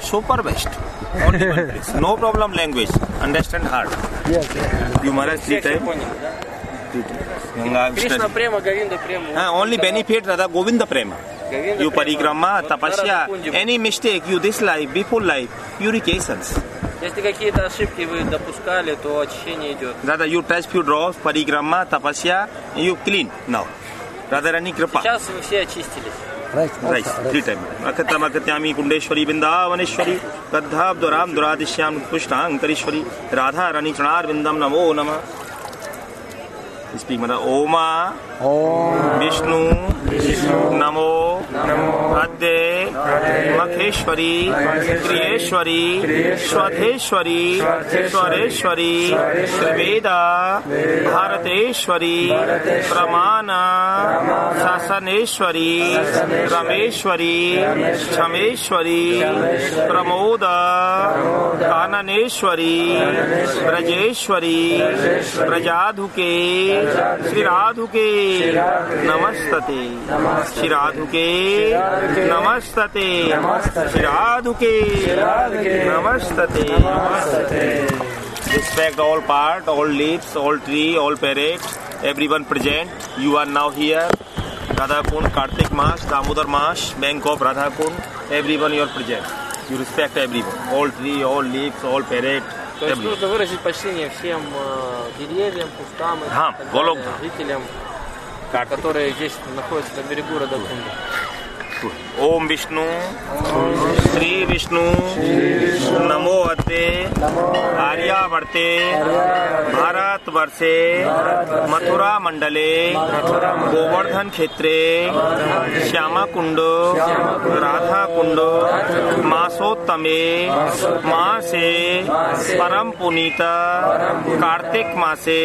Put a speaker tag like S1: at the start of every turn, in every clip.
S1: super best. Only one place. No problem language. Understand hard. You Maharaj three
S2: Всех я
S1: time.
S2: понял, да?
S1: Young youngsters.
S2: Кришна према, Говинда према.
S1: Ah, А, only benefit Radha Govinda Prema.
S2: Govinda
S1: You
S2: Prema.
S1: parikrama,
S2: Вот
S1: tapasya,
S2: Наракунди.
S1: any mistake you this life, before life, purifications.
S2: Если какие-то ошибки вы допускали, то очищение идет.
S1: Radha, you touch few drops, parikrama, tapasya, you clean now. Radharani Kripa.
S2: Сейчас вы все очистились.
S1: Rice three time अकतम अकत्यामी कुंडेश्वरी बिंदावनेश्वरी गद्धाब्द राम दुरादिश्याम पुष्टांग करीश्वरी राधा रानी चणार बिंदम नमो नमः स्पीक मतलब ओमा विष्णु नमो अद्य मखेश्वरी प्रियेश्वरी स्वधेश्वरी स्वरेश्वरी त्रिवेदा भारतेश्वरी प्रमाणा शासनेश्वरी रमेश्वरी क्षमेश्वरी प्रमोदा काननेश्वरी Brajeshwari प्रजाधुके Shri राधुके नमस्तते Shri राधुके नमस्तते Shri राधुके नमस्तते Respect all part, all leaves, all tree, all parrot, everyone present. You are now here. Radhakund, Kartik Mas, Damodar Mas, Bank of Radhakund, everyone you are present. You respect everyone, all tree, all leaves, all parrot,
S2: То есть
S1: everyone.
S2: нужно выразить почтение всем э, деревьям, кустам и
S1: Ага,
S2: так далее,
S1: Волога.
S2: жителям,
S1: Как?
S2: которые здесь находятся на берегу Радакунда.
S1: ओम विष्णु श्री विष्णु नमो अते आर्यावर्ते भारतवर्षे मथुरा मंडले गोवर्धन क्षेत्रे श्यामाकुंड राधाकुंड मासोत्तमे मासे परम पुनीत कार्तिक मासे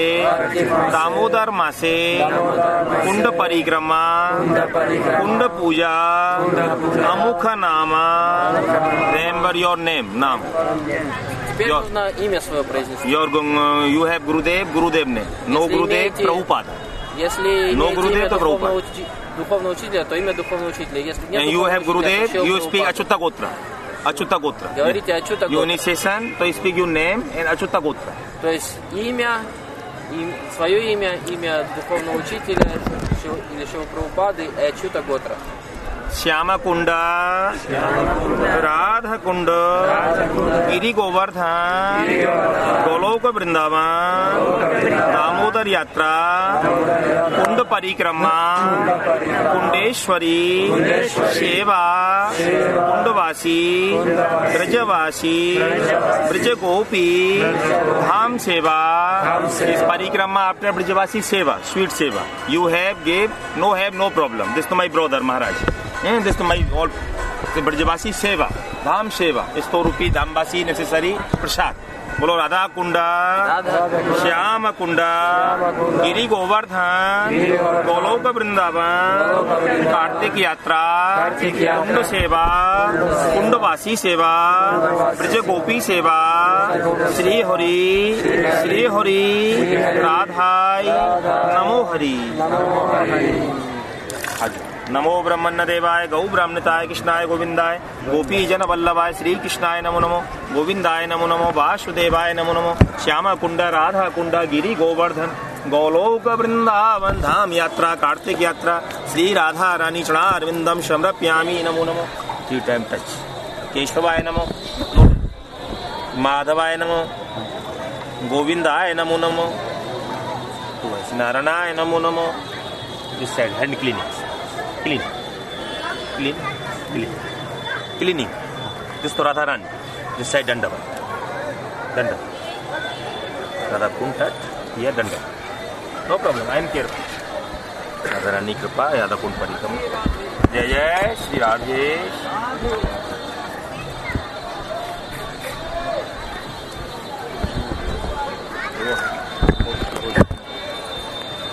S1: दामोदर मासे कुंड परिक्रमा कुंड पूजा अमुख नामा रेम्बर योर नेम नाम
S2: Теперь
S1: Я-
S2: нужно имя свое произнести.
S1: योर यू हैव गुरुदेव गुरुदेव ने no
S2: Если
S1: Gurudev
S2: имеете-
S1: Prabhupada
S2: Если
S1: Но
S2: имеете
S1: Гурудев
S2: имя
S1: Ну, это
S2: духовного,
S1: Прабхупад.
S2: учти- духовного учителя, то имя духовного учителя. Если нет
S1: you have
S2: духовного учителя,
S1: Gurudev
S2: то
S1: you
S2: Шила
S1: speak
S2: Прабхупада.
S1: Achyuta गोत्र अच्युता गोत्र
S2: Говорите а Ачута Гопра.
S1: यूनिसेशन तो speak you name and Achyuta गोत्र
S2: То есть имя, им- свое имя, имя духовного учителя Шил- или Шива Прабхупады и Ачута Готра.
S1: श्यामा कुंड राध कुंड गिरी गोवर्धन गोलोक वृंदावन दामोदर यात्रा कुंड परिक्रमा कुंडेश्वरी सेवा कुंडवासी ब्रजवासी ब्रज गोपी धाम सेवा इस परिक्रमा आपने ब्रजवासी सेवा स्वीट सेवा you have give no have no problem this to my brother Maharaj this to my all Brajwasi सेवा धाम सेवा सौ रूपी धामवासी नेसेसरी प्रसाद बोलो राधा कुंडा श्याम कुंडा गिरी गोवर्धन गोलोक वृंदावन कार्तिक यात्रा कुंड सेवा कुंडवासी सेवा ब्रज गोपी सेवा श्री हरि श्री हरि राधाय नमो हरि आगे। हाँ नमो ब्रह्मण्य देवाय गौ ब्राह्मणताय कृष्णाय गोविंदाय गोपी जन वल्लभाय श्री कृष्णाय नमो नमो गोविंदाय नमो नमो वासुदेवाय नमो नमो श्यामा कुंड राधा कुंड गिरी गोवर्धन गौलोक वृंदावन धाम यात्रा कार्तिक यात्रा श्री राधा रानी चणा अरविंदम समर्प्यामी नमो नमो थ्री टाइम टच केशवाय नमो माधवाय नमो गोविंदाय नमो नमो नारायणाय नमो नमो this side hand cleaning clean clean clean cleaning this तो राधा रानी दिस साइड दंडवा दंड राधा कुंड टच या दंड no problem I am care Radha Rani कृपा राधा कुंड परिक्रमा जय जय श्री राधे Oh,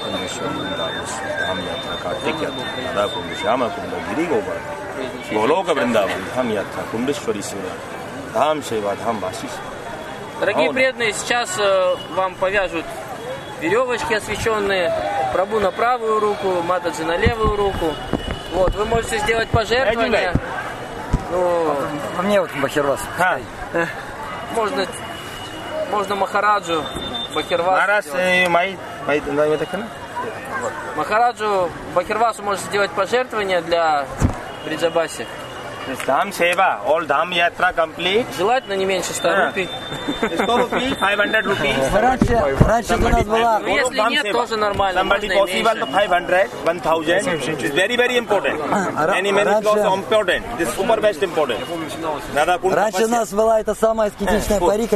S1: परमेश्वर वृंदावन धाम यात्रा कार्तिक यात्रा राधा कुंड श्यामा कुंड गिरी गोवर्धन गोलोक वृंदावन धाम यात्रा कुंडेश्वरी सेवा धाम सेवा धाम वासी सेवा
S2: Дорогие
S1: Ауна.
S2: преданные, сейчас э, вам повяжут веревочки освещенные, пробу на правую руку, матаджи на левую руку. Вот, вы можете сделать пожертвования. Ну,
S3: А мне вот Бахирвас.
S1: हाँ
S2: можно, можно Махараджу, Бахирвасу
S1: महाराज
S2: сделать.
S1: ए, माई माई धंधा में देखा ना
S2: Махараджу, Бахирвасу может сделать пожертвование для Бриджабаси.
S1: This धाम सेवा ऑल धाम यात्रा कंप्लीट
S2: Желательно не меньше 100
S1: А.
S2: рупий.
S1: इसको rupee five hundred rupees
S3: Раньше, раньше у нас была
S2: Ну, если нет, тоже нормально,
S1: Somebody
S2: можно и
S1: possible
S2: меньше.
S1: 500, 1000. It's very very important.
S3: ра-
S1: Many many
S3: раньше-
S1: clothes important. This super best important. Nada kunta
S3: Раньше у
S1: pasya.
S3: нас была эта самая аскетичная
S1: вот.
S3: парикра,